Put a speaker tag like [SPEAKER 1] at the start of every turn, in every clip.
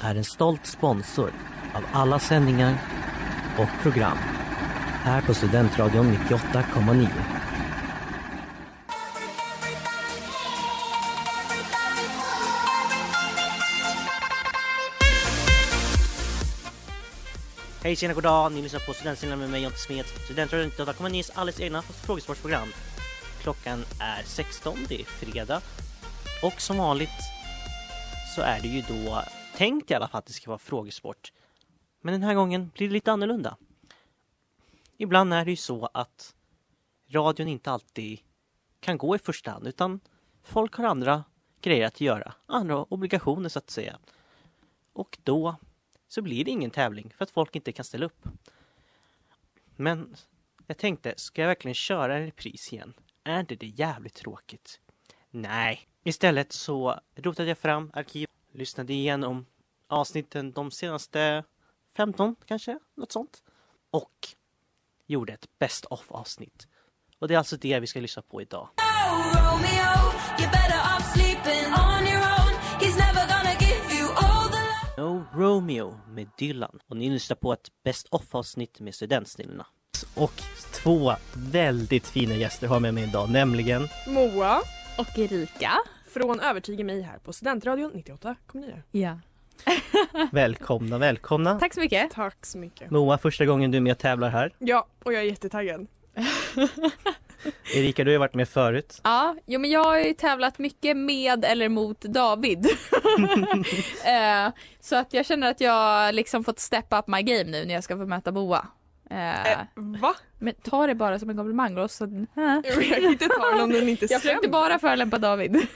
[SPEAKER 1] är en stolt sponsor av alla sändningar och program här på Studentradion 98,9. Hej tjena goddag, ni lyssnar på Studentsidan med mig Jonte Smed. Studentradion 98,9s alldeles egna frågesportprogram. Klockan är 16, det är fredag. Och som vanligt så är det ju då tänkt i alla fall att det ska vara frågesport. Men den här gången blir det lite annorlunda. Ibland är det ju så att radion inte alltid kan gå i första hand utan folk har andra grejer att göra, andra obligationer så att säga. Och då så blir det ingen tävling för att folk inte kan ställa upp. Men jag tänkte, ska jag verkligen köra en repris igen? Är inte det jävligt tråkigt? Nej. Istället så rotade jag fram arkiv, lyssnade igenom avsnitten de senaste 15 kanske, något sånt. Och gjorde ett best of avsnitt. Och det är alltså det vi ska lyssna på idag. No Romeo med Dylan. Och ni lyssnar på ett best of avsnitt med studentsnillena.
[SPEAKER 2] och två väldigt fina gäster har jag med mig idag, nämligen
[SPEAKER 3] Moa
[SPEAKER 4] Och Erika.
[SPEAKER 3] från Övertyga mig här på Studentradion 98,9.
[SPEAKER 4] Ja.
[SPEAKER 2] välkomna, välkomna.
[SPEAKER 4] Tack så mycket.
[SPEAKER 3] Tack så mycket.
[SPEAKER 2] Moa, första gången du är med och tävlar här.
[SPEAKER 3] Ja, och jag är jättetaggad.
[SPEAKER 2] Erika, du har ju varit med förut.
[SPEAKER 5] Ja, jo, men jag har ju tävlat mycket med eller mot David. eh, så att jag känner att jag liksom fått steppa up my game nu när jag ska få möta Boa. Eh,
[SPEAKER 3] Äh, va?
[SPEAKER 5] men ta det bara som en komplimang och så, eh.
[SPEAKER 3] Jag kan inte ta den om den inte
[SPEAKER 5] Jag försökte
[SPEAKER 3] stämmer.
[SPEAKER 5] bara förolämpa David.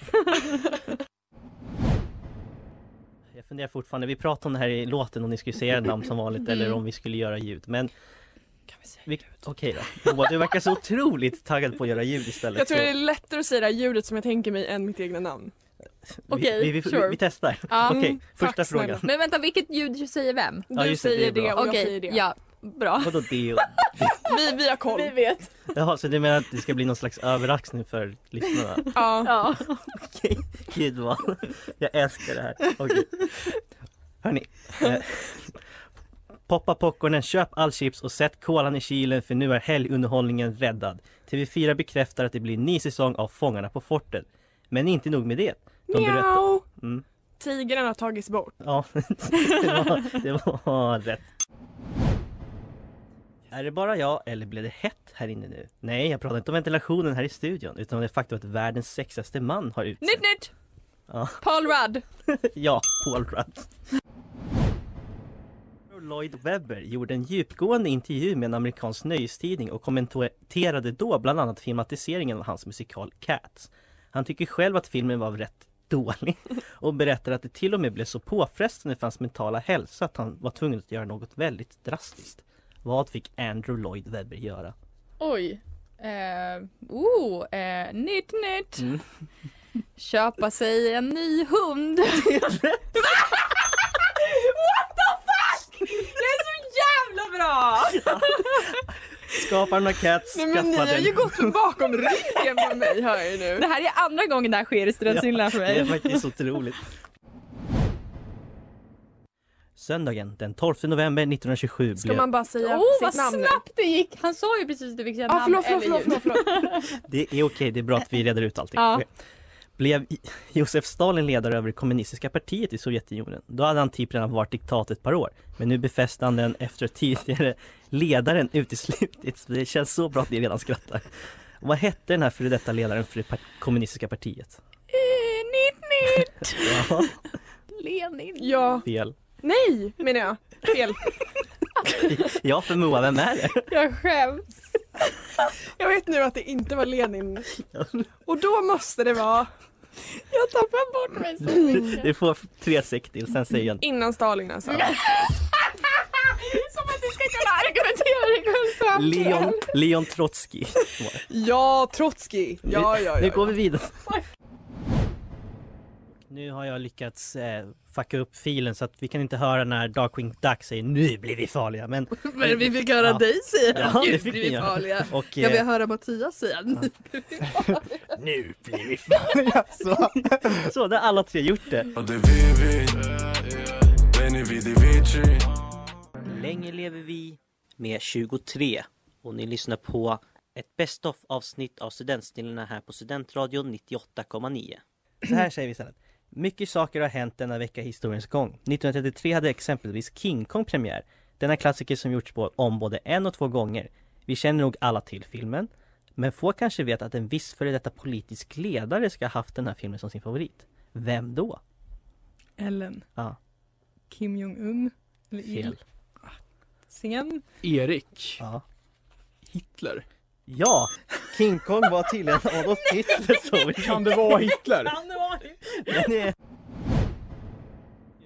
[SPEAKER 2] Jag funderar fortfarande, vi pratade om det här i låten om ni skulle säga namn som vanligt eller
[SPEAKER 3] Mm.
[SPEAKER 2] om vi skulle göra ljud. Men
[SPEAKER 3] Kan vi säga?
[SPEAKER 2] vi... okej då. Moa, du verkar så otroligt taggad på att göra ljud istället.
[SPEAKER 3] Jag tror
[SPEAKER 2] så
[SPEAKER 3] det är lättare att säga det här ljudet som jag tänker mig än mitt egna namn.
[SPEAKER 5] Okej,
[SPEAKER 2] vi, vi, vi,
[SPEAKER 5] sure.
[SPEAKER 2] vi testar.
[SPEAKER 5] Ja.
[SPEAKER 2] Okej,
[SPEAKER 3] Mm,
[SPEAKER 2] första
[SPEAKER 3] tack snälla.
[SPEAKER 2] frågan.
[SPEAKER 5] Men vänta, vilket ljud säger vem?
[SPEAKER 3] Du
[SPEAKER 2] Ja, just det, det är
[SPEAKER 3] säger det,
[SPEAKER 2] bra.
[SPEAKER 3] och jag
[SPEAKER 5] Okej,
[SPEAKER 3] säger det.
[SPEAKER 5] ja, bra.
[SPEAKER 2] Vadå det? och-
[SPEAKER 3] Vi, vi har koll.
[SPEAKER 5] vet.
[SPEAKER 2] Jaha, så du menar att det ska bli någon slags överraskning för lyssnarna?
[SPEAKER 3] Ja.
[SPEAKER 5] Ja.
[SPEAKER 2] Okej, gud vad Jag älskar det här. Okej. Hörni. Eh, poppa popcornen, köp all chips och sätt kolan i kylen för nu är helgunderhållningen räddad. TV4 bekräftar att det blir en ny säsong av Fångarna på fortet. Men inte nog med det. De berättar...
[SPEAKER 3] Miau!
[SPEAKER 2] Mm.
[SPEAKER 3] Tigern har tagits bort.
[SPEAKER 2] Ja, det var, det var rätt. Är det bara jag eller blev det hett här inne nu? Nej, jag pratar inte om ventilationen här i studion utan om det faktum att världens sexigaste man har utsetts.
[SPEAKER 5] Nytt, nytt!
[SPEAKER 2] Ja.
[SPEAKER 5] Paul Rudd.
[SPEAKER 2] Ja, Paul Rudd. Lloyd Webber gjorde en djupgående intervju med en amerikansk nöjestidning och kommenterade då bland annat filmatiseringen av hans musikal Cats. Han tycker själv att filmen var rätt dålig och berättar att det till och med blev så påfrestande för hans mentala hälsa att han var tvungen att göra något väldigt drastiskt. Vad fick Andrew Lloyd Webber göra?
[SPEAKER 5] Oj. Eh, oh, eh, nytt, nytt.
[SPEAKER 2] Mm.
[SPEAKER 5] Köpa sig en ny hund. What the fuck! Det är så jävla bra!
[SPEAKER 2] Skaparen av Cats
[SPEAKER 3] Nej men ni har
[SPEAKER 2] skaffade
[SPEAKER 3] ju
[SPEAKER 2] en...
[SPEAKER 3] gått bakom ryggen på mig hör jag nu.
[SPEAKER 5] Det här är andra gången det här sker i Strömsvilla för
[SPEAKER 2] Det är
[SPEAKER 5] mig.
[SPEAKER 2] faktiskt otroligt. Söndagen den 12 november 1927
[SPEAKER 3] Ska
[SPEAKER 2] blev...
[SPEAKER 3] man bara säga
[SPEAKER 5] Åh
[SPEAKER 3] sitt
[SPEAKER 5] vad
[SPEAKER 3] namn nu?
[SPEAKER 5] snabbt det gick! Han sa ju precis att du fick säga
[SPEAKER 3] Ja ah,
[SPEAKER 5] namn
[SPEAKER 3] förlåt, förlåt,
[SPEAKER 5] eller
[SPEAKER 3] förlåt,
[SPEAKER 5] ljud.
[SPEAKER 3] förlåt, förlåt.
[SPEAKER 2] Det är okej, det är bra att vi reder ut allting.
[SPEAKER 5] Ja.
[SPEAKER 2] Okej. Blev I- Josef Stalin ledare över det kommunistiska partiet i Sovjetunionen? Då hade han typ redan varit diktat ett par år. Men nu befäste han den efter att tidigare ledaren uteslutits. Det känns så bra att ni redan skrattar. Och vad hette den här före detta ledaren för det par- kommunistiska partiet?
[SPEAKER 5] Eh, Nytt, nytt!
[SPEAKER 2] Ja,
[SPEAKER 5] Lenin.
[SPEAKER 3] Ja,
[SPEAKER 2] fel.
[SPEAKER 3] nej menar jag. Fel.
[SPEAKER 2] Ja, för Moa, vem är det?
[SPEAKER 5] Jag skäms.
[SPEAKER 3] Jag vet nu att det inte var Lenin. Och då måste det vara
[SPEAKER 5] Jag tappar bort mig så mycket.
[SPEAKER 2] Du får tre sek till, sen säger jag
[SPEAKER 3] innan Stalin alltså.
[SPEAKER 5] Som att du ska kunna argumentera dig själv fram till.
[SPEAKER 2] Leon, Leon Trotsky.
[SPEAKER 3] Ja, Trotskij. Ja, ja,
[SPEAKER 2] Nu
[SPEAKER 3] ja.
[SPEAKER 2] går vi vidare. Nu har jag lyckats eh, fucka upp filen så att vi kan inte höra när Darkwing Duck säger nu blir vi farliga. Men
[SPEAKER 4] Men vi fick höra
[SPEAKER 2] Ja.
[SPEAKER 4] dig säga
[SPEAKER 2] Ja, det
[SPEAKER 4] Nu
[SPEAKER 2] fick
[SPEAKER 4] blir
[SPEAKER 2] ni
[SPEAKER 4] vi
[SPEAKER 2] göra.
[SPEAKER 4] farliga.
[SPEAKER 2] och
[SPEAKER 4] Jag vill
[SPEAKER 2] eh,
[SPEAKER 4] höra Mattias säga nu.
[SPEAKER 2] nu blir vi farliga. Så, så där har alla tre gjort det.
[SPEAKER 6] Och det vet vi Benny vi, det vet vi
[SPEAKER 1] Länge lever vi med 23 och ni lyssnar på ett best of avsnitt av Studentsnillena här på Studentradion 98,9.
[SPEAKER 2] Så här säger vi istället. Mycket saker har hänt denna vecka i historiens gång. 1933 hade exempelvis King Kong premiär. Denna klassiker som gjorts på- om både en och två gånger. Vi känner nog alla till filmen. Men få kanske vet att en viss före detta politisk ledare ska ha haft den här filmen som sin favorit. Vem då?
[SPEAKER 4] Ellen.
[SPEAKER 2] Ja.
[SPEAKER 4] Kim Jong-Un. Eller
[SPEAKER 2] Fel.
[SPEAKER 4] Sen.
[SPEAKER 7] Erik
[SPEAKER 2] Ja.
[SPEAKER 7] Hitler.
[SPEAKER 2] ja, King Kong var tydligen Adolf Hitler som
[SPEAKER 7] Kan det vara Hitler?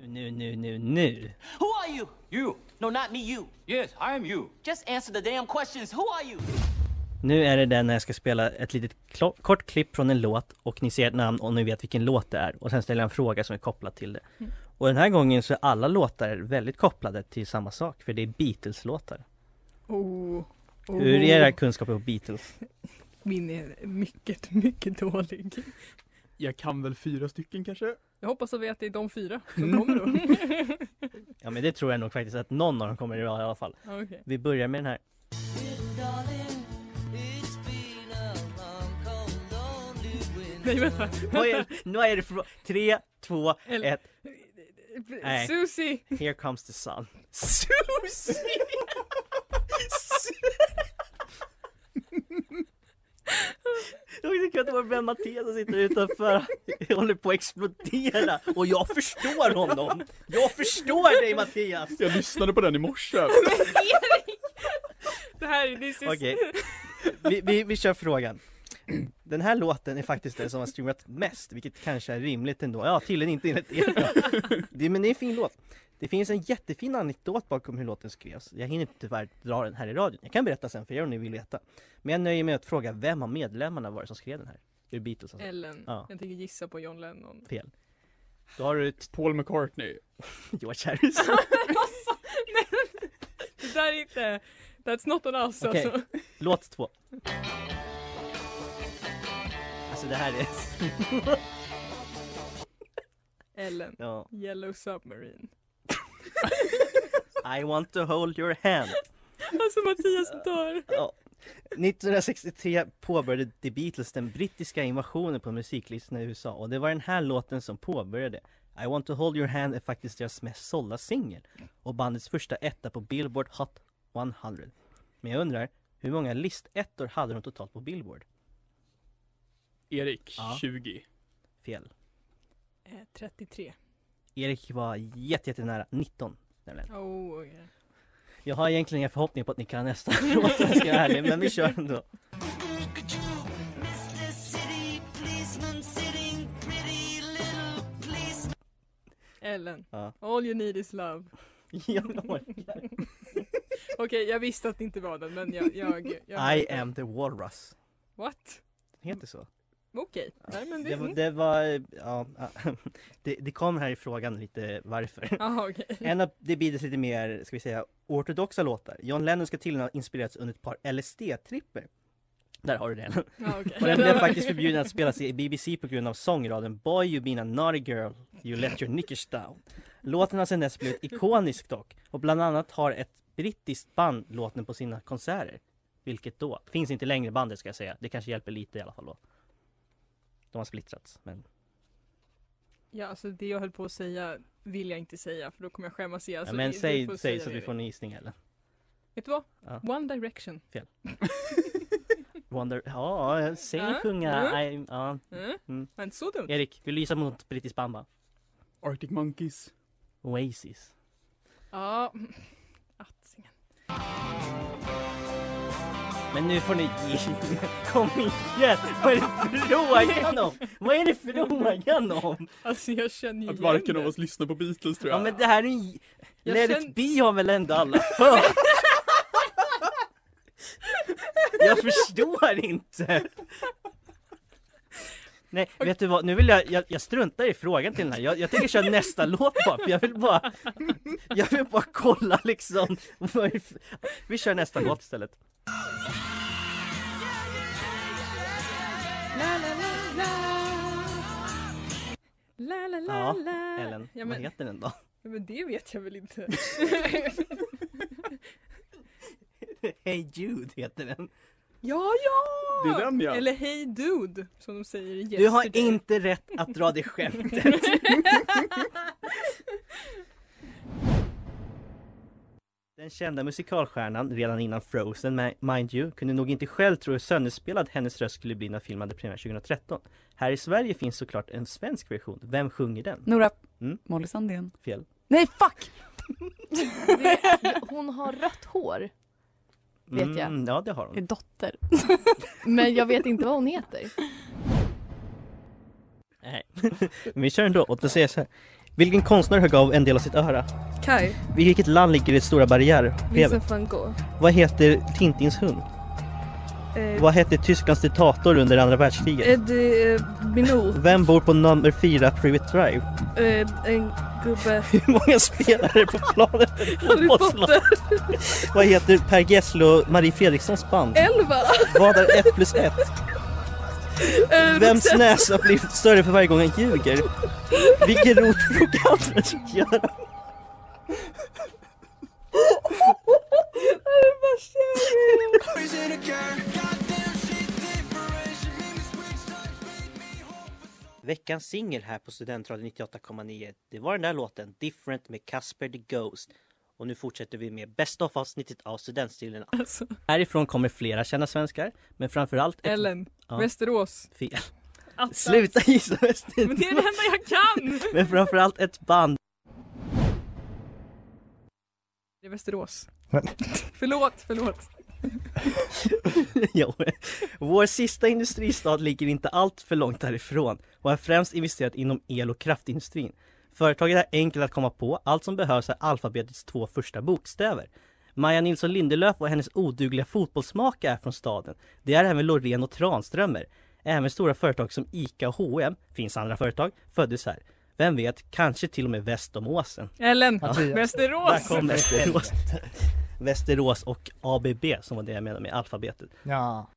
[SPEAKER 2] Nu, nu, nu, nu, nu.
[SPEAKER 8] Who are you? You. No, not me, you. Yes, I am you. Just answer the damn questions. Who are you?
[SPEAKER 2] Nu är det den när jag ska spela ett litet klo- kort klipp från en låt och ni ser ett namn och ni vet vilken låt det är och sen ställer jag en fråga som är kopplad till det.
[SPEAKER 7] Mm.
[SPEAKER 2] Och den här gången så är alla låtar väldigt kopplade till samma sak för det är Beatles-låtar.
[SPEAKER 4] Oh. oh.
[SPEAKER 2] Hur är era kunskaper på Beatles?
[SPEAKER 4] Min är mycket, mycket dålig.
[SPEAKER 7] Jag kan väl fyra stycken kanske?
[SPEAKER 4] Jag hoppas att vi att det är de fyra som kommer då.
[SPEAKER 2] Ja men det tror jag nog faktiskt att någon av dem kommer att vara i alla fall.
[SPEAKER 4] Ja, okej.
[SPEAKER 2] Vi börjar med den här.
[SPEAKER 4] Nej vänta.
[SPEAKER 2] Vad är, nu är det från... Tre, två, ett. Nej.
[SPEAKER 4] Susie!
[SPEAKER 2] Here comes the sun.
[SPEAKER 4] Susie!
[SPEAKER 2] Jag tycker att det var Ben Mattias som sitter utanför. Jag håller på att explodera och jag förstår honom. Jag förstår dig Mattias!
[SPEAKER 7] Jag lyssnade på den i morse.
[SPEAKER 4] Det här är this is...
[SPEAKER 2] Okej, vi, vi, vi kör frågan. Den här låten är faktiskt den som har streamat mest, vilket kanske är rimligt ändå. Ja, tydligen inte enligt er. då. Det, men det är en fin låt. Det finns en jättefin anekdot bakom hur låten skrevs. Jag hinner tyvärr dra den här i radion. Jag kan berätta sen för er om ni vill veta. Men jag nöjer mig med att fråga vem av medlemmarna var det som skrev den här? Ur Beatles alltså.
[SPEAKER 4] Ellen.
[SPEAKER 2] Ja.
[SPEAKER 4] Jag tänker gissa på John Lennon.
[SPEAKER 2] Fel. Då har du ett
[SPEAKER 7] Paul McCartney.
[SPEAKER 2] George Harrison.
[SPEAKER 4] Det där är inte... That's not on us
[SPEAKER 2] Okej.
[SPEAKER 4] alltså.
[SPEAKER 2] Låt två. Alltså det här är...
[SPEAKER 4] Ellen.
[SPEAKER 2] Ja.
[SPEAKER 4] Yellow Submarine.
[SPEAKER 2] I want to hold your hand.
[SPEAKER 4] Alltså Mattias dör.
[SPEAKER 2] Ja. 1963 påbörjade The Beatles den brittiska invasionen på musiklistorna i USA och det var den här låten som påbörjade. I want to hold your hand är faktiskt deras mest sålda singel och bandets första etta på Billboard Hot 100. Men jag undrar, hur många listettor hade de totalt på Billboard?
[SPEAKER 7] Erik,
[SPEAKER 2] Ja.
[SPEAKER 7] 20.
[SPEAKER 2] Fel.
[SPEAKER 4] Eh, 33.
[SPEAKER 2] Erik var jätte, jättenära, 19 nämligen.
[SPEAKER 4] Oh, okay.
[SPEAKER 2] Jag har egentligen inga förhoppningar på att ni kan nästa låt om jag ska vara ärlig, men vi kör ändå.
[SPEAKER 4] Ellen.
[SPEAKER 2] Ja.
[SPEAKER 4] All you need is love.
[SPEAKER 2] Jag orkar.
[SPEAKER 4] Okej, jag visste att det inte var den men jag... jag, jag
[SPEAKER 2] I am the walrus.
[SPEAKER 4] What?
[SPEAKER 2] Heter så?
[SPEAKER 4] Okej. Nej men det...
[SPEAKER 2] Det, var-
[SPEAKER 4] mm.
[SPEAKER 2] det var, ja, ja. det, det kom här i frågan lite varför.
[SPEAKER 4] Jaha okej.
[SPEAKER 2] En av The Beatles lite mer, ska vi säga, ortodoxa låtar. John Lennon ska tydligen ha inspirerats under ett par LSD-tripper. Där har du den.
[SPEAKER 4] Ja, okej.
[SPEAKER 2] Och den blev faktiskt förbjuden att spelas i BBC på grund av sångraden Boy you been a naughty girl, you let your knickers down. Låten har sedan dess blivit ikonisk dock och bland annat har ett brittiskt band låten på sina konserter. Vilket då? Finns inte längre bandet ska jag säga. Det kanske hjälper lite i alla fall då. De har splittrats men
[SPEAKER 4] Ja alltså det jag höll på att säga vill jag inte säga för då kommer jag skämmas igen.
[SPEAKER 2] ja, men
[SPEAKER 4] det- du
[SPEAKER 2] säg,
[SPEAKER 4] Alltså, får
[SPEAKER 2] säg
[SPEAKER 4] säga
[SPEAKER 2] så att
[SPEAKER 4] det,
[SPEAKER 2] vi får
[SPEAKER 4] Erik.
[SPEAKER 2] en gissning eller?
[SPEAKER 4] Vet du vad?
[SPEAKER 2] Ja.
[SPEAKER 4] One Direction.
[SPEAKER 2] Fel. Wonder... Ja, jag
[SPEAKER 4] Ja,
[SPEAKER 2] säger sjunga. I, ja.
[SPEAKER 4] Mm.
[SPEAKER 2] Mm.
[SPEAKER 4] Var inte så dumt.
[SPEAKER 2] Erik, vill du gissa mot British Bamba?
[SPEAKER 7] Arctic Monkeys.
[SPEAKER 2] Oasis.
[SPEAKER 4] Ja. Attingen.
[SPEAKER 2] Men nu får ni ge Kom igen! Vad är det frågan om? Vad är det frågan om?
[SPEAKER 4] Alltså jag känner ju
[SPEAKER 7] Att
[SPEAKER 4] igen
[SPEAKER 7] varken av
[SPEAKER 4] det.
[SPEAKER 7] oss lyssnar på Beatles tror jag.
[SPEAKER 2] Ja men det här är ju...
[SPEAKER 4] Jag
[SPEAKER 2] Let
[SPEAKER 4] känn-
[SPEAKER 2] it be har väl ändå alla hört? Jag förstår inte! Nej, vet du vad? Nu vill jag, jag, jag struntar i frågan till den här. Jag, jag tänker köra nästa låt bara, för jag vill bara... Jag vill bara kolla liksom. vad är det för- Vi kör nästa låt istället.
[SPEAKER 4] La, la, la,
[SPEAKER 2] Ja,
[SPEAKER 4] la.
[SPEAKER 2] Ellen,
[SPEAKER 4] Ja,
[SPEAKER 2] vad
[SPEAKER 4] men,
[SPEAKER 2] heter den då?
[SPEAKER 4] ja, men det vet jag väl inte.
[SPEAKER 2] Hey Jude heter den.
[SPEAKER 4] ja, ja!
[SPEAKER 7] Det är den, ja.
[SPEAKER 4] Eller Hey Dude, som de säger i
[SPEAKER 2] Du har
[SPEAKER 4] Yesterday.
[SPEAKER 2] inte rätt att dra det skämtet. Den kända musikalstjärnan redan innan Frozen, ma- mind you, kunde nog inte själv tro hur sönderspelad hennes röst skulle bli när filmen hade premiär 2013. Här i Sverige finns såklart en svensk version. Vem sjunger den?
[SPEAKER 9] Nora.
[SPEAKER 2] Mm.
[SPEAKER 9] Molly Sandén.
[SPEAKER 2] Fel.
[SPEAKER 9] Nej, fuck!
[SPEAKER 10] Hon har rött hår, Vet jag.
[SPEAKER 2] Mm, ja, det har
[SPEAKER 9] Det är
[SPEAKER 2] hon.
[SPEAKER 9] dotter.
[SPEAKER 10] men jag vet inte vad hon heter.
[SPEAKER 2] Nej. Men vi kör ändå. Och den säger så här. Vilken konstnär högg av en del av sitt öra?
[SPEAKER 3] Kai,
[SPEAKER 2] Vid vilket land ligger det stora barriärrevet?
[SPEAKER 3] Vincent van Gogh.
[SPEAKER 2] Vad heter Tintins hund?
[SPEAKER 3] Eh,
[SPEAKER 2] Vad hette Tysklands diktator under andra världskriget?
[SPEAKER 3] Eddie eh, Minou.
[SPEAKER 2] Vem bor på nummer 4 Privet Drive?
[SPEAKER 3] Eh, en gubbe.
[SPEAKER 2] Hur många spelare på planet?
[SPEAKER 3] Harry Potter.
[SPEAKER 2] Vad heter Per Gessle och Marie Fredrikssons band?
[SPEAKER 3] Elva.
[SPEAKER 2] Vad är 1 plus 1?
[SPEAKER 3] Eh,
[SPEAKER 2] Vems näsa blir större för varje gång han ljuger? Vilken rot drog Anders göra? Veckans singel här på Studentradion 98,9 Det var den där låten Different med Casper the Ghost Och nu fortsätter vi med bästa of avsnittet av Studentstilen
[SPEAKER 4] Alltså,
[SPEAKER 2] Härifrån kommer flera kända svenskar Men framförallt ett
[SPEAKER 4] Ellen,
[SPEAKER 2] Ja.
[SPEAKER 4] Västerås.
[SPEAKER 2] fel
[SPEAKER 4] Attans.
[SPEAKER 2] Sluta gissa
[SPEAKER 4] Men det är det enda jag kan!
[SPEAKER 2] Men framförallt ett band
[SPEAKER 4] Det är Västerås.
[SPEAKER 11] Men-
[SPEAKER 4] förlåt, förlåt.
[SPEAKER 2] Jo. Vår sista industristad ligger inte allt för långt härifrån och har främst investerat inom el och kraftindustrin. Företaget är enkelt att komma på, allt som behövs är alfabetets två första bokstäver. Maja Nilsson Lindelöf och hennes odugliga fotbollsmaka är från staden. Det är även Loreen och Tranströmer. Även stora företag som ICA och H&M finns andra företag, föddes här. Vem vet, kanske till och med väst om åsen.
[SPEAKER 4] Ellen,
[SPEAKER 11] Mattias.
[SPEAKER 2] Där
[SPEAKER 4] Västerås!
[SPEAKER 2] kom Västerås. Västerås och ABB som var det jag menade med alfabetet.
[SPEAKER 11] Ja.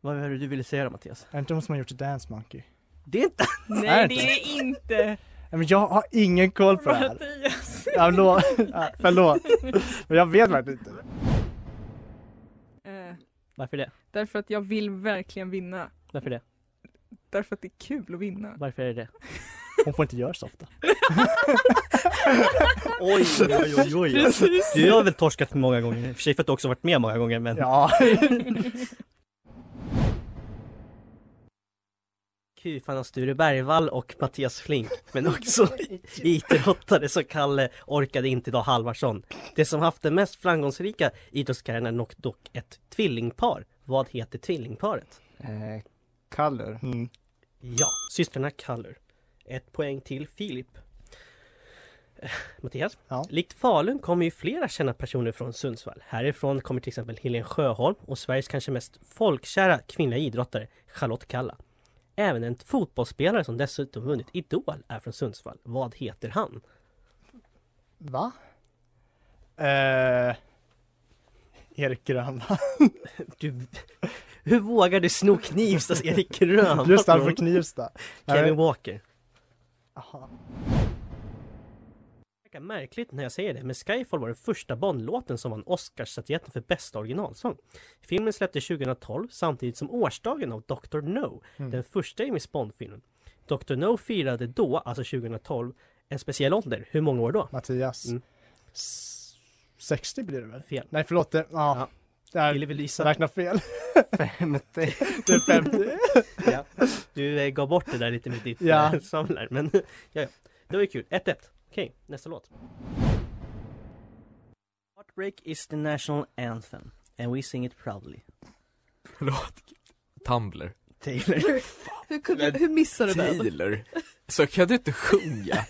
[SPEAKER 2] Vad var det du ville säga då Mattias?
[SPEAKER 11] Är det inte de som har gjort Dance Monkey?
[SPEAKER 2] Det är inte...
[SPEAKER 4] Nej, det är inte
[SPEAKER 11] Nej, men jag har ingen koll på det här.
[SPEAKER 4] Mattias.
[SPEAKER 11] Ja, lo- ja, förlåt. Men jag vet verkligen inte.
[SPEAKER 4] Eh,
[SPEAKER 2] Varför det?
[SPEAKER 4] därför att jag vill verkligen vinna.
[SPEAKER 2] Varför det?
[SPEAKER 4] Därför att det är kul att vinna.
[SPEAKER 2] Varför är det det?
[SPEAKER 11] Hon får inte göra så ofta.
[SPEAKER 2] Oj, oj, oj, oj. Du har väl torskat många gånger? I och för sig för att du också varit med många gånger men...
[SPEAKER 11] Ja.
[SPEAKER 2] Kufarna Sture Bergvall och Mattias Flink men också idrottare som Kalle orkade inte idag Halvarsson. Det som haft den mest framgångsrika idrottskarriären är nog dock ett tvillingpar. Vad heter tvillingparet?
[SPEAKER 11] Eh, Color. Mm.
[SPEAKER 2] Ja, systrarna Kallur. Ett poäng till Filip. Eh, Mattias?
[SPEAKER 11] Ja.
[SPEAKER 2] Likt Falun kommer ju flera kända personer från Sundsvall. Härifrån kommer till exempel Helene Sjöholm och Sveriges kanske mest folkkära kvinnliga idrottare Charlotte Kalla. Även en fotbollsspelare som dessutom vunnit Idol är från Sundsvall. Vad heter han?
[SPEAKER 11] Va? Eh, Erik Grönvall.
[SPEAKER 2] Du, hur vågar du sno Knivstas Erik Grön?
[SPEAKER 11] Just han från Knivsta.
[SPEAKER 2] Kevin Walker.
[SPEAKER 11] Jaha.
[SPEAKER 2] Det verkar märkligt när jag säger det, men Skyfall var den första Bond-låten som vann Oscarsstatyetten för bästa originalsång. Filmen släpptes 2012 samtidigt som årsdagen av Dr. No,
[SPEAKER 11] Mm.
[SPEAKER 2] den första James Bond-filmen. Dr. No firade då, alltså 2012, en speciell ålder. Hur många år då?
[SPEAKER 11] Mattias.
[SPEAKER 2] Mm.
[SPEAKER 11] S- 60 blir det väl?
[SPEAKER 2] Fel.
[SPEAKER 11] Nej, förlåt. Det, ja.
[SPEAKER 2] Ja.
[SPEAKER 11] Det här
[SPEAKER 2] Ville vi lysa?
[SPEAKER 11] räknar fel.
[SPEAKER 9] 50.
[SPEAKER 11] Det är 50.
[SPEAKER 2] Ja. Du eh, gav bort det där lite med ditt
[SPEAKER 11] Ja.
[SPEAKER 2] ja. samlar, men ja, ja. Det var ju kul. 1-1. Okej, nästa låt. Heartbreak is the national anthem and we sing it proudly.
[SPEAKER 9] Förlåt. Tumblr.
[SPEAKER 2] Taylor.
[SPEAKER 12] Hur, kunde, hur missade du den?
[SPEAKER 9] Taylor. Så kan du inte sjunga.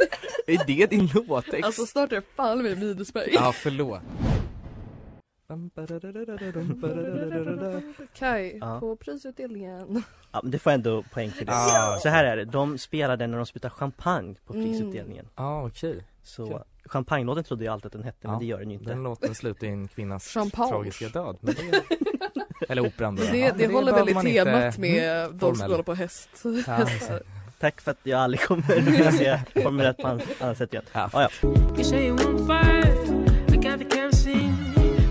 [SPEAKER 9] Är det din låttext?
[SPEAKER 12] Alltså snart är jag fan med Midesberg.
[SPEAKER 9] Ja, förlåt.
[SPEAKER 12] Kaj,
[SPEAKER 2] Ja.
[SPEAKER 12] på prisutdelningen.
[SPEAKER 2] Ja, men det får ändå poäng för det.
[SPEAKER 9] Ah.
[SPEAKER 2] Så här är det, de spelar den när de sprutar champagne på prisutdelningen.
[SPEAKER 9] Ja, ah, okej.
[SPEAKER 2] Så
[SPEAKER 9] Kul.
[SPEAKER 2] champagnelåten trodde jag alltid att den hette, men
[SPEAKER 9] Ja, Mm.
[SPEAKER 2] det gör den ju inte.
[SPEAKER 9] Den låten slutar i en kvinnas
[SPEAKER 12] Champagne.
[SPEAKER 9] tragiska död. Men det... Eller operan då.
[SPEAKER 12] Det,
[SPEAKER 9] Ja,
[SPEAKER 12] det,
[SPEAKER 9] men
[SPEAKER 12] håller väl
[SPEAKER 9] behöver
[SPEAKER 12] i
[SPEAKER 9] man
[SPEAKER 12] temat
[SPEAKER 9] inte-
[SPEAKER 12] med
[SPEAKER 9] Mm,
[SPEAKER 12] de
[SPEAKER 9] formell.
[SPEAKER 12] som håller på häst.
[SPEAKER 9] Ja,
[SPEAKER 12] hästar.
[SPEAKER 2] Tack för att jag aldrig kommer att kunna säga formulerat på annat annat sätt igen.
[SPEAKER 9] Ja.
[SPEAKER 2] Ah, ja.
[SPEAKER 13] You say you won't fight. I got the kerosene.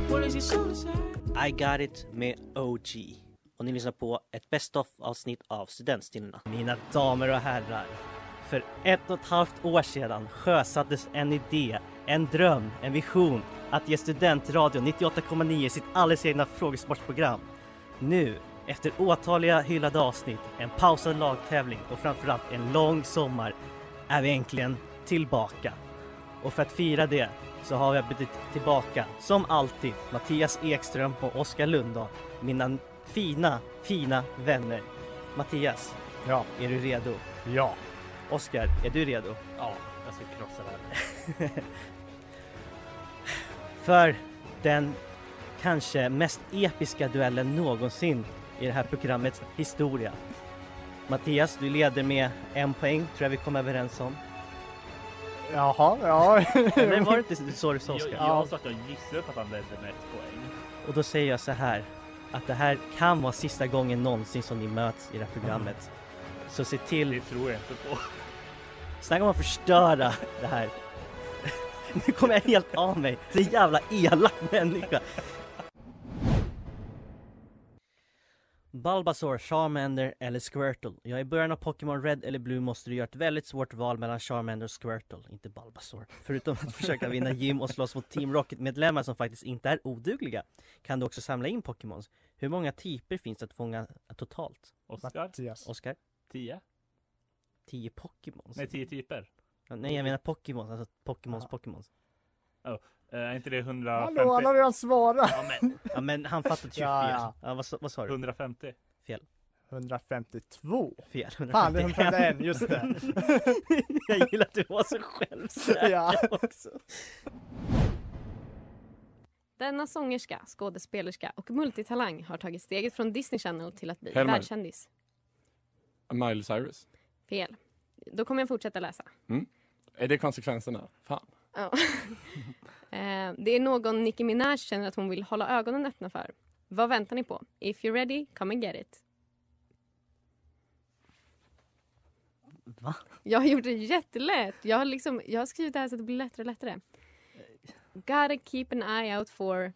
[SPEAKER 13] What is your suicide?
[SPEAKER 1] I got it med OG. Och ni lyssnar på ett best of avsnitt av Studentstilarna.
[SPEAKER 2] Mina damer och herrar, för ett och ett halvt år sedan sjösattes en idé, en dröm, en vision att ge Studentradion 98,9 sitt alldeles egna frågesportprogram. Nu, efter åtaliga hyllade avsnitt, en pausad lagtävling och framförallt en lång sommar är vi äntligen tillbaka. Och för att fira det så har jag bjudit tillbaka, som alltid, Mattias Ekström och Oskar Lundahl, mina fina, fina vänner. Mattias,
[SPEAKER 11] Ja.
[SPEAKER 2] är du redo?
[SPEAKER 11] Ja.
[SPEAKER 2] Oskar, är du redo?
[SPEAKER 11] Ja.
[SPEAKER 2] Jag ska krossa världen. För den kanske mest episka duellen någonsin i det här programmets historia. Mattias, du leder med en poäng, tror jag vi kom överens om.
[SPEAKER 11] Jaha, ja.
[SPEAKER 2] Eller var det inte så du sa Oskar?
[SPEAKER 14] Jag, jag sa att jag gissade på att han ledde med ett poäng.
[SPEAKER 2] Och då säger jag så här att det här kan vara sista gången någonsin som ni möts i det här programmet. Så se till... Det
[SPEAKER 14] Mm. tror jag inte på.
[SPEAKER 2] Snacka om att förstöra det här. Nu kommer jag helt av mig. Så jävla elak människa. Bulbasaur, Charmander eller Squirtle? Ja, i början av Pokémon Red eller Blue måste du göra ett väldigt svårt val mellan Charmander och Squirtle, inte Bulbasaur. Förutom att försöka vinna gym och slåss mot Team Rocket-medlemmar som faktiskt inte är odugliga, kan du också samla in Pokémons. Hur många typer finns det att fånga totalt?
[SPEAKER 14] Oscar?
[SPEAKER 11] Mattias.
[SPEAKER 2] Oskar?
[SPEAKER 14] Tio?
[SPEAKER 2] 10 Pokémons?
[SPEAKER 14] Nej, tio typer.
[SPEAKER 2] Ja, Nej, jag menar Pokémons, alltså Pokémons, Pokémons.
[SPEAKER 14] Eh, Är inte det 150?
[SPEAKER 11] Hallå, han har redan svarat.
[SPEAKER 14] Ja, men
[SPEAKER 2] Ja men han fattade 24.
[SPEAKER 11] Ja,
[SPEAKER 2] ja,
[SPEAKER 11] ja.
[SPEAKER 2] vad, sa- vad sa du?
[SPEAKER 14] 150.
[SPEAKER 2] Fel.
[SPEAKER 11] 152.
[SPEAKER 2] Fel.
[SPEAKER 11] Fan, det är 151, just det.
[SPEAKER 2] jag gillar att du var så självsäker
[SPEAKER 11] Ja.
[SPEAKER 2] också.
[SPEAKER 15] Denna sångerska, skådespelerska och multitalang har tagit steget från Disney Channel till att bli
[SPEAKER 7] Helmer.
[SPEAKER 15] världskändis.
[SPEAKER 7] Miley Cyrus.
[SPEAKER 15] Fel. Då kommer jag fortsätta läsa.
[SPEAKER 7] Mm. Är det konsekvenserna? Fan.
[SPEAKER 15] Ja. Eh, Det är någon Nicki Minaj känner att hon vill hålla ögonen öppna för. Vad väntar ni på? If you're ready, come and get it.
[SPEAKER 2] Va?
[SPEAKER 15] Jag har gjort det jättelätt. Jag har, liksom, jag har skrivit det här så att det blir lättare och lättare. Gotta keep an eye out for...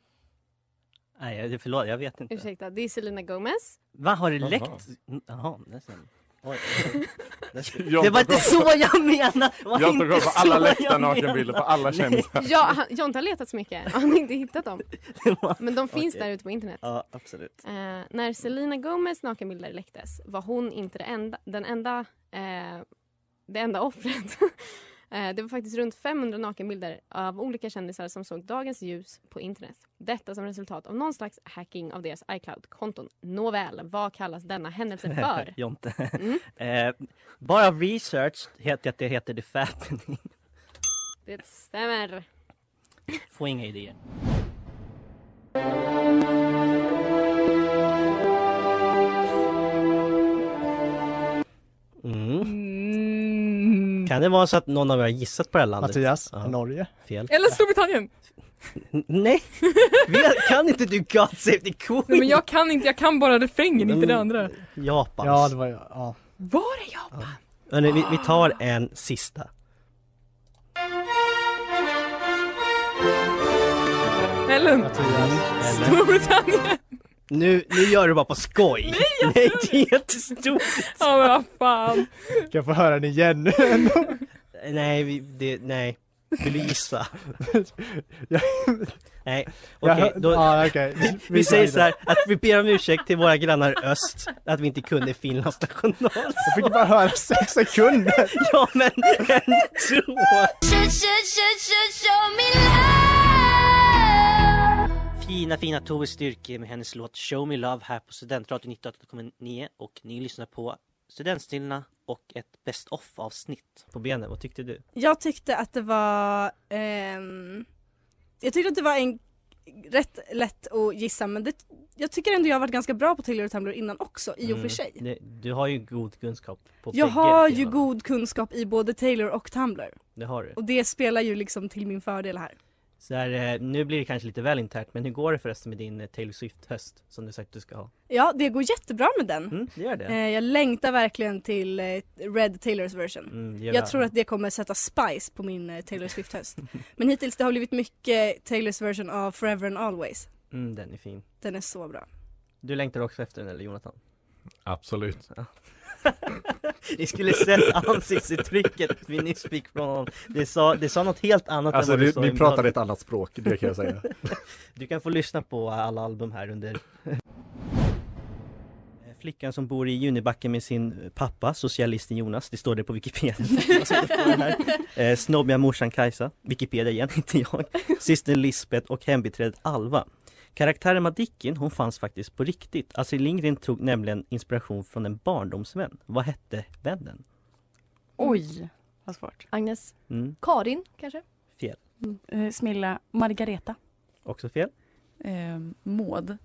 [SPEAKER 2] Nej, jag- förlåt, jag vet inte.
[SPEAKER 15] Ursäkta, det är Selena Gomez.
[SPEAKER 2] Va, har det
[SPEAKER 15] Jaha.
[SPEAKER 2] läckt? Mm, Jaha, nästan. Oj, oj, oj.
[SPEAKER 7] Jag
[SPEAKER 2] det var inte
[SPEAKER 7] tar-
[SPEAKER 2] så jag menade! Det var
[SPEAKER 7] Jag
[SPEAKER 2] inte
[SPEAKER 7] tar koll på
[SPEAKER 2] så
[SPEAKER 7] alla
[SPEAKER 2] jag
[SPEAKER 7] läckta
[SPEAKER 2] menade.
[SPEAKER 7] nakenbilder på alla
[SPEAKER 2] Nej.
[SPEAKER 7] kändisar.
[SPEAKER 15] Ja, han, Jonte har letat så mycket. Han har inte hittat dem. Men de finns
[SPEAKER 2] Okej.
[SPEAKER 15] där ute på internet.
[SPEAKER 2] Ja, absolut.
[SPEAKER 15] Eh, när Selena Gomez nakenbilder läcktes var hon inte det enda, den enda, eh, det enda offret. eh, det var faktiskt runt 500 nakenbilder av olika kändisar som såg dagens ljus på internet. Detta som resultat av någon slags hacking av deras iCloud-konton. Nåväl, vad kallas denna händelse för?
[SPEAKER 2] Jonte.
[SPEAKER 4] Mm.
[SPEAKER 2] Eh, bara av research heter att det heter The Fappening.
[SPEAKER 15] Det stämmer.
[SPEAKER 2] Få inga idéer. Mm.
[SPEAKER 4] Mm.
[SPEAKER 2] Kan det vara så att någon av er har gissat på det här landet?
[SPEAKER 11] Mattias,
[SPEAKER 2] Ja.
[SPEAKER 11] Norge.
[SPEAKER 2] Fel.
[SPEAKER 4] Eller Storbritannien!
[SPEAKER 2] N- Nej! Vet- kan inte du God Save the Queen?
[SPEAKER 4] Nej, men jag kan inte, jag kan bara refrängen, inte det andra.
[SPEAKER 2] Japans.
[SPEAKER 11] Ja, det var jag. Ja.
[SPEAKER 4] Var är jag?
[SPEAKER 2] Hörrni, vi, vi tar en sista.
[SPEAKER 4] Ellen! Storbritannien!
[SPEAKER 2] Nu, nu gör du bara på skoj! Nej, Nej det är jättestort!
[SPEAKER 4] Ja men vad fan.
[SPEAKER 11] Kan jag få höra den igen?
[SPEAKER 2] Nej, vi, det, nej. Vill du gissa? Nej,
[SPEAKER 11] Jag
[SPEAKER 2] okej.
[SPEAKER 11] hör-
[SPEAKER 2] då-
[SPEAKER 11] ja, okej.
[SPEAKER 2] Vi,
[SPEAKER 11] Vi
[SPEAKER 2] vi säger
[SPEAKER 11] går
[SPEAKER 2] så här,
[SPEAKER 11] vidare.
[SPEAKER 2] att vi ber om ursäkt till våra grannar öst, att vi inte kunde Finlands national.
[SPEAKER 11] Jag fick bara höra sex sekunder.
[SPEAKER 2] ja, men ändå. Fina, fina Tove Styrke med hennes låt Show Me Love här på Studentradion 98,9 och ni lyssnar på Studentstillena och ett Best of avsnitt på benen. Vad tyckte du?
[SPEAKER 16] Jag tyckte att det var... ehm, jag tyckte att det var en rätt lätt att gissa men det, jag tycker ändå jag har varit ganska bra på Taylor och Tumblr innan också i och för
[SPEAKER 2] Mm.
[SPEAKER 16] sig.
[SPEAKER 2] Det- Du har ju god kunskap på
[SPEAKER 16] Jag
[SPEAKER 2] bägge
[SPEAKER 16] har ju
[SPEAKER 2] delarna.
[SPEAKER 16] god kunskap i både Taylor och Tumblr.
[SPEAKER 2] Det har du.
[SPEAKER 16] Och det spelar ju liksom till min fördel här.
[SPEAKER 2] Så här, eh, nu blir det kanske lite väl internt, men hur går det förresten med din eh, Taylor Swift-höst som du sagt du ska ha? Mm,
[SPEAKER 16] Ja, det går jättebra med den.
[SPEAKER 2] det gör det.
[SPEAKER 16] Eh, jag längtar verkligen till eh, Red Taylors version.
[SPEAKER 2] Mm, det gör
[SPEAKER 16] jag
[SPEAKER 2] vi.
[SPEAKER 16] tror att det kommer sätta spice på min eh, Taylor Swift-höst. Men hittills det har blivit mycket Taylors version av Forever and Always.
[SPEAKER 2] Mm, den är fin.
[SPEAKER 16] Den är så bra.
[SPEAKER 2] Du längtar också efter den eller Jonathan?
[SPEAKER 17] Absolut.
[SPEAKER 2] Ni skulle sett ansiktsuttrycket vi nyss fick från honom. Det sa, det sa något helt annat
[SPEAKER 17] Alltså,
[SPEAKER 2] än vad
[SPEAKER 17] ni-
[SPEAKER 2] du sa
[SPEAKER 17] ni
[SPEAKER 2] innan.
[SPEAKER 17] pratar ett annat språk, det kan jag säga.
[SPEAKER 2] du kan få lyssna på alla album här under Flickan som bor i Junibacken med sin pappa, socialisten Jonas, det står det på Wikipedia. Alltså, det står det här. Eh, Snobbiga morsan Kajsa, Wikipedia igen, inte jag. Systern Lisbeth och hembiträdet Alva. Karaktären Madicken, hon fanns faktiskt på riktigt. Astrid Lindgren tog nämligen inspiration från en barndomsvän. Vad hette vännen?
[SPEAKER 15] Oj.
[SPEAKER 18] Vad svårt.
[SPEAKER 15] Agnes.
[SPEAKER 2] Mm.
[SPEAKER 15] Karin kanske?
[SPEAKER 2] Fel.
[SPEAKER 18] Eh, Smilla. Margareta.
[SPEAKER 2] Också fel.
[SPEAKER 18] Eh, Maud.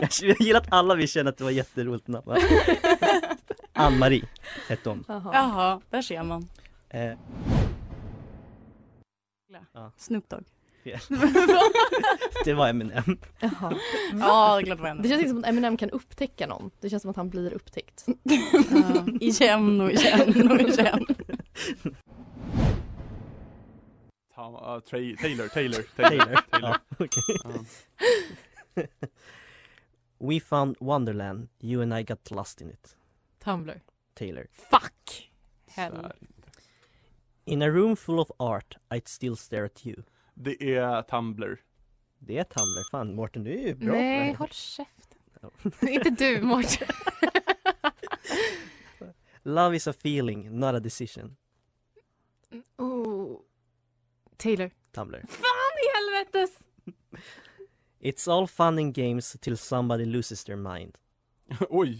[SPEAKER 2] Jag gillar att alla vi känner att det var jätteroligt namn. va? Ann-Marie hette hon.
[SPEAKER 18] Jaha. Jaha, där ser man.
[SPEAKER 2] Eh,
[SPEAKER 18] Ja. Snoop Dogg.
[SPEAKER 2] fel. Det var Eminem.
[SPEAKER 15] Jaha.
[SPEAKER 18] Ja, det är klart det var henne.
[SPEAKER 15] Det känns inte som att Eminem kan upptäcka någon. Det känns som att han blir upptäckt.
[SPEAKER 18] igen och igen och igen.
[SPEAKER 14] Ta, ja, Tra- Taylor, Taylor,
[SPEAKER 2] Taylor.
[SPEAKER 14] Taylor.
[SPEAKER 2] Ja, okej. We found Wonderland, you and I got lost in it.
[SPEAKER 15] Tumblr.
[SPEAKER 2] Taylor.
[SPEAKER 15] Fuck! Hell.
[SPEAKER 2] In a room full of art, I'd still stare at you.
[SPEAKER 14] Det är Tumblr.
[SPEAKER 2] Det är Tumblr. Fan, Mårten du är ju bra på det
[SPEAKER 15] Nej,
[SPEAKER 2] här.
[SPEAKER 15] håll käften. inte du Mårten.
[SPEAKER 2] Love is a feeling, not a decision.
[SPEAKER 15] oh. Taylor.
[SPEAKER 2] Tumblr.
[SPEAKER 15] Fan i helvetes!
[SPEAKER 2] It's all fun and games till somebody loses their mind.
[SPEAKER 14] Oj!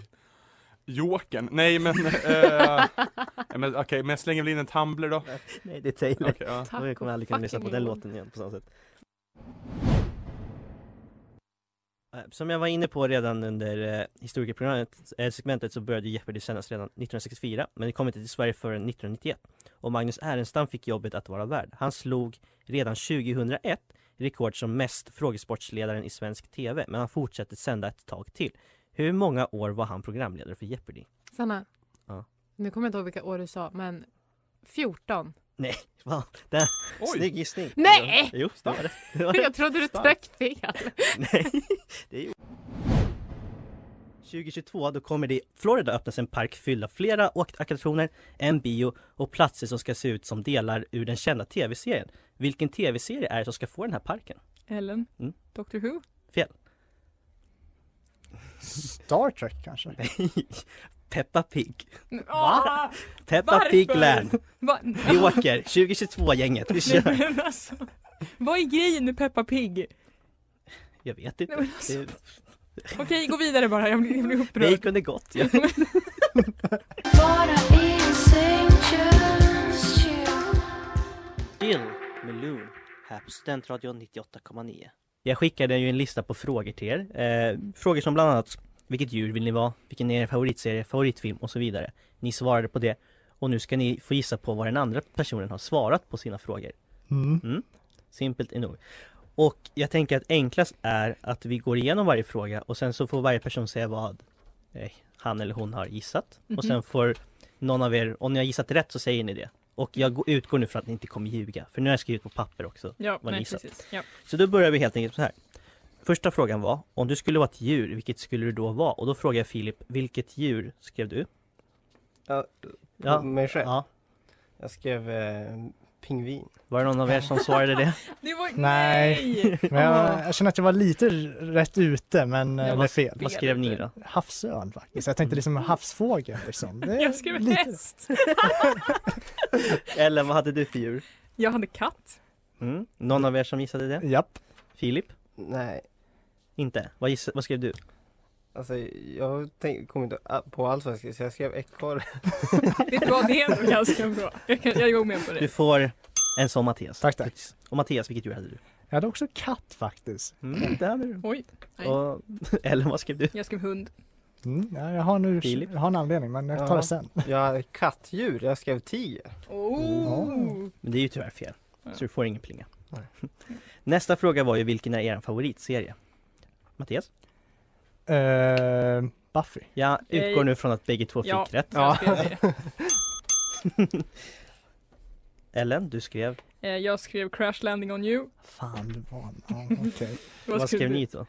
[SPEAKER 14] Jokern. Nej men, eh, nej, men okej, men jag slänger väl in en Tumblr då.
[SPEAKER 2] Nej, det är Taylor.
[SPEAKER 14] Okej, ja.
[SPEAKER 2] Och jag kommer aldrig kunna lyssna på den låten igen på samma sätt. Eh, Som jag var inne på redan under eh, historikerprogrammet, eh, segmentet, så började Jeopardy sändas redan 1964, men det kom inte till Sverige förrän 1991. Och Magnus Ehrenstam fick jobbet att vara värd. Han slog redan 2001 rekord som mest frågesportsledaren i svensk TV, men han fortsatte sända ett tag till. Hur många år var han programledare för Jeopardy?
[SPEAKER 15] Sanna,
[SPEAKER 2] Ja.
[SPEAKER 15] nu kommer jag inte ihåg vilka år du sa, men 14.
[SPEAKER 2] Nej, fan. Den, snygg gissning.
[SPEAKER 15] Nej!
[SPEAKER 2] Jo, det var det. det. var det.
[SPEAKER 15] Jag trodde du
[SPEAKER 2] Starkt.
[SPEAKER 15] tryckte fel.
[SPEAKER 2] Nej, det är ju... 2022 då kommer det i Florida öppnas en park fylld av flera åk- attraktioner, en bio och platser som ska se ut som delar ur den kända tv-serien. Vilken tv-serie är det som ska få den här parken?
[SPEAKER 4] Ellen,
[SPEAKER 2] Mm.
[SPEAKER 4] Doctor Who?
[SPEAKER 2] Fel.
[SPEAKER 11] Star Trek kanske?
[SPEAKER 2] Peppa Pig.
[SPEAKER 4] Va?
[SPEAKER 2] Peppa Pig Land.
[SPEAKER 4] Ah! Va?
[SPEAKER 2] Vi åker 2022 gänget, vi
[SPEAKER 4] Nej,
[SPEAKER 2] kör.
[SPEAKER 4] men alltså, vad är grejen med Peppa Pig?
[SPEAKER 2] Jag vet
[SPEAKER 4] Nej,
[SPEAKER 2] inte.
[SPEAKER 4] men alltså.
[SPEAKER 2] Det-
[SPEAKER 4] Okej, gå vidare bara, jag blir, jag blir
[SPEAKER 2] Det
[SPEAKER 4] upprörd.
[SPEAKER 2] kunde gått. Ja. Bill med Loon här på Studentradion 98,9. Jag skickade ju en lista på frågor till er. Eh, frågor som bland annat Vilket djur vill ni vara? Vilken är er favoritserie, favoritfilm och så vidare? Ni svarade på det och nu ska ni få gissa på vad den andra personen har svarat på sina frågor.
[SPEAKER 11] Mm.
[SPEAKER 2] Simpelt nog. Och jag tänker att enklast är att vi går igenom varje fråga och sen så får varje person säga vad eh, han eller hon har gissat. Och sen
[SPEAKER 19] Mhm.
[SPEAKER 2] får någon av er, om ni har gissat rätt så säger ni det. Och jag går- utgår nu från att ni inte kommer ljuga, för nu har jag skrivit på papper också
[SPEAKER 4] Ja,
[SPEAKER 2] vad ni
[SPEAKER 4] nej,
[SPEAKER 2] gissat.
[SPEAKER 4] precis. Ja.
[SPEAKER 2] Så då börjar vi helt enkelt så här. Första frågan var, om du skulle vara ett djur, vilket skulle du då vara? Och då frågar jag Filip, vilket djur skrev du?
[SPEAKER 11] Ja,
[SPEAKER 2] Ja,
[SPEAKER 11] mig själv?
[SPEAKER 2] Ja.
[SPEAKER 20] Jag skrev eh, pingvin.
[SPEAKER 2] Var det någon av er som svarade det?
[SPEAKER 4] Det var...
[SPEAKER 20] Nej.
[SPEAKER 11] Men jag, jag känner att jag var lite r- rätt ute men
[SPEAKER 2] Ja,
[SPEAKER 11] eh, det är
[SPEAKER 2] vad-
[SPEAKER 11] fel.
[SPEAKER 2] vad skrev ni då?
[SPEAKER 11] Havsörn faktiskt. Jag tänkte liksom havsfågel liksom. Det är
[SPEAKER 4] Jag skrev
[SPEAKER 11] lite-
[SPEAKER 4] häst.
[SPEAKER 2] Ellen, vad hade du för djur?
[SPEAKER 4] Jag hade katt.
[SPEAKER 2] Mm. Någon av er som gissade det?
[SPEAKER 11] Japp.
[SPEAKER 2] Filip?
[SPEAKER 20] Nej,
[SPEAKER 2] Inte? Vad, giss- vad skrev du?
[SPEAKER 4] Eh.
[SPEAKER 20] alltså jag tänk, kom inte a- på alls vad jag skrev så jag skrev ekorre.
[SPEAKER 4] Det är bra, det är ändå ganska bra. Jag, kan, jag går med på
[SPEAKER 2] Du
[SPEAKER 4] det.
[SPEAKER 2] får en sån Mattias.
[SPEAKER 11] Tack, tack.
[SPEAKER 2] Och Mattias, vilket djur hade du?
[SPEAKER 11] Jag hade också katt faktiskt.
[SPEAKER 2] Mm, det hade du.
[SPEAKER 4] Oj. Nej.
[SPEAKER 2] Och Ellen, vad skrev du?
[SPEAKER 4] Jag skrev hund.
[SPEAKER 11] Mm, ja, jag har nu
[SPEAKER 2] Filip?
[SPEAKER 11] jag har en anledning men jag tar
[SPEAKER 20] Ja.
[SPEAKER 11] det sen.
[SPEAKER 20] Jag hade kattdjur, jag skrev tiger.
[SPEAKER 4] Oh.
[SPEAKER 2] Men det är ju tyvärr fel.
[SPEAKER 4] Ja.
[SPEAKER 2] Så du får ingen plinga.
[SPEAKER 20] Nej.
[SPEAKER 2] Nästa fråga var ju vilken är er favoritserie? Mattias?
[SPEAKER 11] Eh, Buffy.
[SPEAKER 2] Jag utgår
[SPEAKER 4] Eh,
[SPEAKER 2] nu från att bägge två
[SPEAKER 4] ja,
[SPEAKER 2] fick rätt.
[SPEAKER 4] jag skrev det.
[SPEAKER 2] Ellen, du skrev?
[SPEAKER 4] Eh, Jag skrev Crash Landing on You.
[SPEAKER 11] Fan du var ja, okej.
[SPEAKER 2] Vad, skrev ni då?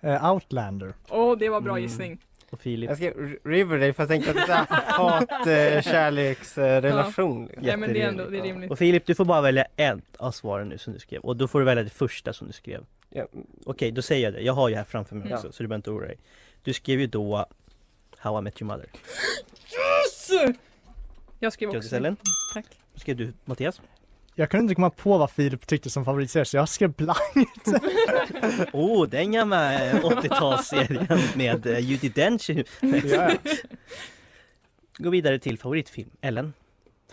[SPEAKER 11] Eh, Outlander.
[SPEAKER 4] Åh, det var bra
[SPEAKER 2] Mm.
[SPEAKER 4] gissning.
[SPEAKER 2] Och Filip?
[SPEAKER 20] Jag skrev R- Riverdale för jag tänkte att det är så här hat eh, kärleksrelation.
[SPEAKER 4] Ja. Nej, men det är ändå- det är rimligt.
[SPEAKER 2] Och Filip, du får bara välja ett av svaren nu som du skrev. Och då får du välja det första som du skrev.
[SPEAKER 20] Ja.
[SPEAKER 2] Okej, då säger jag det. Jag har ju här framför mig
[SPEAKER 20] Ja.
[SPEAKER 2] också, så du behöver inte oroa dig. Du skrev ju då How I Met Your Mother.
[SPEAKER 4] Yes! Jag skrev
[SPEAKER 2] Grattis
[SPEAKER 4] också.
[SPEAKER 2] Ellen.
[SPEAKER 4] Tack.
[SPEAKER 2] Vad skrev du Mattias?
[SPEAKER 11] Jag kunde inte komma på vad Filip tyckte som favoritserie så jag skrev blankt.
[SPEAKER 2] Åh, oh, den gamla eh, 80-talsserien med eh, Judi Dench.
[SPEAKER 11] ja,
[SPEAKER 2] Gå vidare till favoritfilm. Ellen,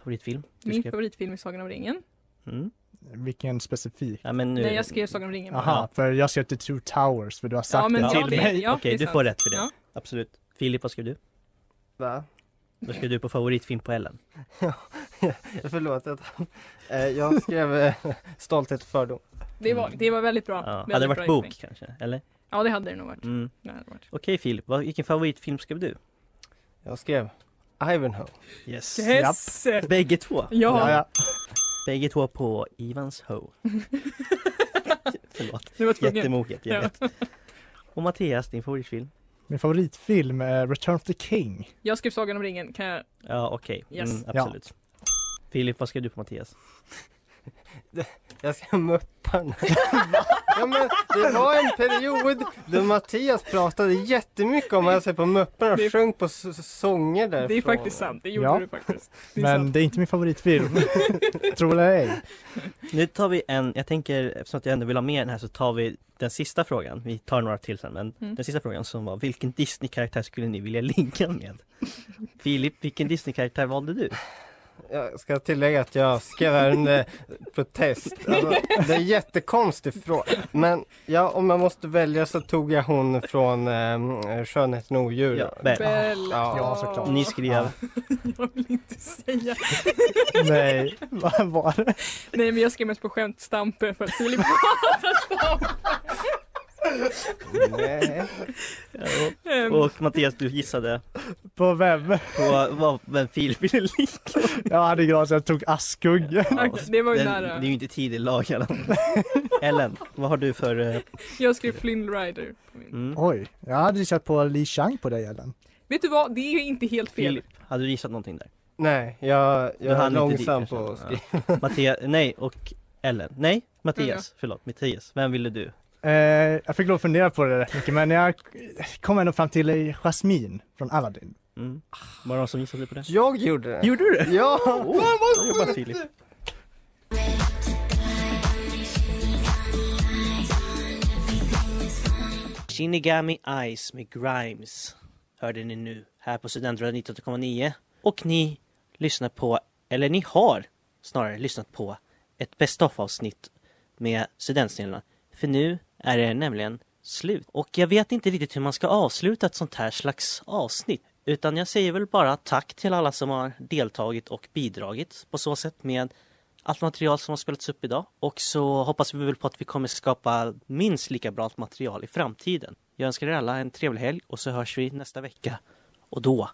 [SPEAKER 2] favoritfilm? Du
[SPEAKER 4] Min
[SPEAKER 2] skrev...
[SPEAKER 4] favoritfilm är Sagan om ringen.
[SPEAKER 2] Mm.
[SPEAKER 11] Vilken specifik?
[SPEAKER 2] Ja, men nu...
[SPEAKER 4] Nej, jag skrev Sagan om ringen.
[SPEAKER 11] Aha, för jag skrev till Two Towers för du har sagt
[SPEAKER 4] men
[SPEAKER 11] det
[SPEAKER 4] ja,
[SPEAKER 11] till
[SPEAKER 4] det-
[SPEAKER 11] mig.
[SPEAKER 4] ja,
[SPEAKER 2] Okej,
[SPEAKER 4] det är
[SPEAKER 2] du
[SPEAKER 4] sant.
[SPEAKER 2] får rätt för det.
[SPEAKER 4] Ja.
[SPEAKER 2] Absolut. Filip, vad skrev du?
[SPEAKER 20] Va?
[SPEAKER 2] Vad skrev du på favoritfilm på Ellen?
[SPEAKER 20] Förlåt att eh, jag skrev eh, Stolthet och fördom.
[SPEAKER 4] Det var, det var väldigt bra.
[SPEAKER 2] Ja.
[SPEAKER 4] Väldigt
[SPEAKER 2] Hade det varit
[SPEAKER 4] bra
[SPEAKER 2] bok
[SPEAKER 4] gissning.
[SPEAKER 2] kanske? Eller?
[SPEAKER 4] Ja, det hade det nog varit.
[SPEAKER 2] Mm.
[SPEAKER 4] Det hade varit.
[SPEAKER 2] Okej Filip, vad, vilken favoritfilm skrev du?
[SPEAKER 20] Jag skrev Ivanhoe.
[SPEAKER 2] Yes.
[SPEAKER 4] Yes!
[SPEAKER 2] Bägge två?
[SPEAKER 4] Ja.
[SPEAKER 2] Bägge två på Evans Ho. Förlåt.
[SPEAKER 4] Det var tvungen.
[SPEAKER 2] Jättemoget, jag
[SPEAKER 4] Ja.
[SPEAKER 2] vet. Och Mattias, din favoritfilm?
[SPEAKER 11] Min favoritfilm är Return of the King.
[SPEAKER 4] Jag skrev Sagan om ringen. Kan jag...
[SPEAKER 2] Ja, okej.
[SPEAKER 4] Yes.
[SPEAKER 2] Mm,
[SPEAKER 11] Ja.
[SPEAKER 2] absolut. Filip, vad skrev du på Mattias?
[SPEAKER 20] Jag skrev Mupparna. ja, men det var en period då Mattias pratade jättemycket om att han sig på Mupparna och
[SPEAKER 4] det-
[SPEAKER 20] sjöng på s- s- sånger därifrån.
[SPEAKER 4] Det är faktiskt sant. Det gjorde
[SPEAKER 11] Ja.
[SPEAKER 4] du faktiskt. Det är
[SPEAKER 11] Men
[SPEAKER 4] sant.
[SPEAKER 11] det är inte min favoritfilm. Tror eller ej.
[SPEAKER 2] Nu tar vi en, jag tänker eftersom att jag ändå vill ha med den här så tar vi den sista frågan. Vi tar några till sen men
[SPEAKER 4] Mm.
[SPEAKER 2] den sista frågan som var vilken Disney-karaktär skulle ni vilja ligga med? Filip, vilken Disney-karaktär valde du?
[SPEAKER 20] Jag ska tillägga att jag skrev en eh, protest. Alltså, det är en jättekonstig fråga. Men ja, om jag måste välja så tog jag hon från eh, Skönheten och odjuren.
[SPEAKER 2] Ja, Bell.
[SPEAKER 4] Väl,
[SPEAKER 20] Ja,
[SPEAKER 11] såklart.
[SPEAKER 2] Ni skrev
[SPEAKER 4] Jag vill inte säga.
[SPEAKER 11] Nej, vad var det?
[SPEAKER 4] Nej, men jag skrev mest på skämt Stampe för att Filip hatar Stampe.
[SPEAKER 20] Nej.
[SPEAKER 4] Ehm,
[SPEAKER 2] och Mattias du gissade
[SPEAKER 11] På vem?
[SPEAKER 2] på vad, vem Filip ville ligga
[SPEAKER 11] Jag hade glad så jag tog Askungen.
[SPEAKER 2] med.
[SPEAKER 4] Tack, det var ju nära.
[SPEAKER 2] Det är ju inte tid i lag i alla fall. Ellen, vad har du för... eh,
[SPEAKER 4] Jag skrev Flynn Rider.
[SPEAKER 2] Mm.
[SPEAKER 11] Oj, jag hade gissat på Li Chang på dig Ellen.
[SPEAKER 4] Vet du vad, det är inte helt fel.
[SPEAKER 2] Filip, hade du gissat någonting där?
[SPEAKER 20] Nej, jag,
[SPEAKER 2] Du
[SPEAKER 20] jag är
[SPEAKER 2] hann inte
[SPEAKER 20] långsam
[SPEAKER 2] dit,
[SPEAKER 20] på
[SPEAKER 2] kanske.
[SPEAKER 20] att skriva.
[SPEAKER 2] Mattias, nej och Ellen, nej Mattias,
[SPEAKER 4] Fråga.
[SPEAKER 2] förlåt Mattias, vem ville du?
[SPEAKER 11] Eh, jag fick lov att fundera på det rätt mycket men jag kom ändå fram till Jasmine från Aladdin.
[SPEAKER 2] Mm. Var det någon som gissade på det?
[SPEAKER 20] Jag gjorde det.
[SPEAKER 2] Gjorde du det?
[SPEAKER 20] Ja!
[SPEAKER 2] Oh, bra jobbat Filip! Shinigami Ice med Grimes hörde ni nu här på Studentradion 98,9 och ni lyssnar på, eller ni har snarare lyssnat på ett best of avsnitt med Studentsnillena. För nu är det nämligen slut och jag vet inte riktigt hur man ska avsluta ett sånt här slags avsnitt utan jag säger väl bara tack till alla som har deltagit och bidragit på så sätt med allt material som har spelats upp idag. Och så hoppas vi väl på att vi kommer skapa minst lika bra material i framtiden. Jag önskar er alla en trevlig helg och så hörs vi nästa vecka. Och då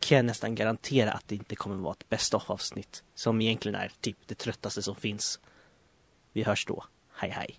[SPEAKER 2] kan jag nästan garantera att det inte kommer vara ett best of avsnitt som egentligen är typ det tröttaste som finns. Vi hörs då. Hej hej!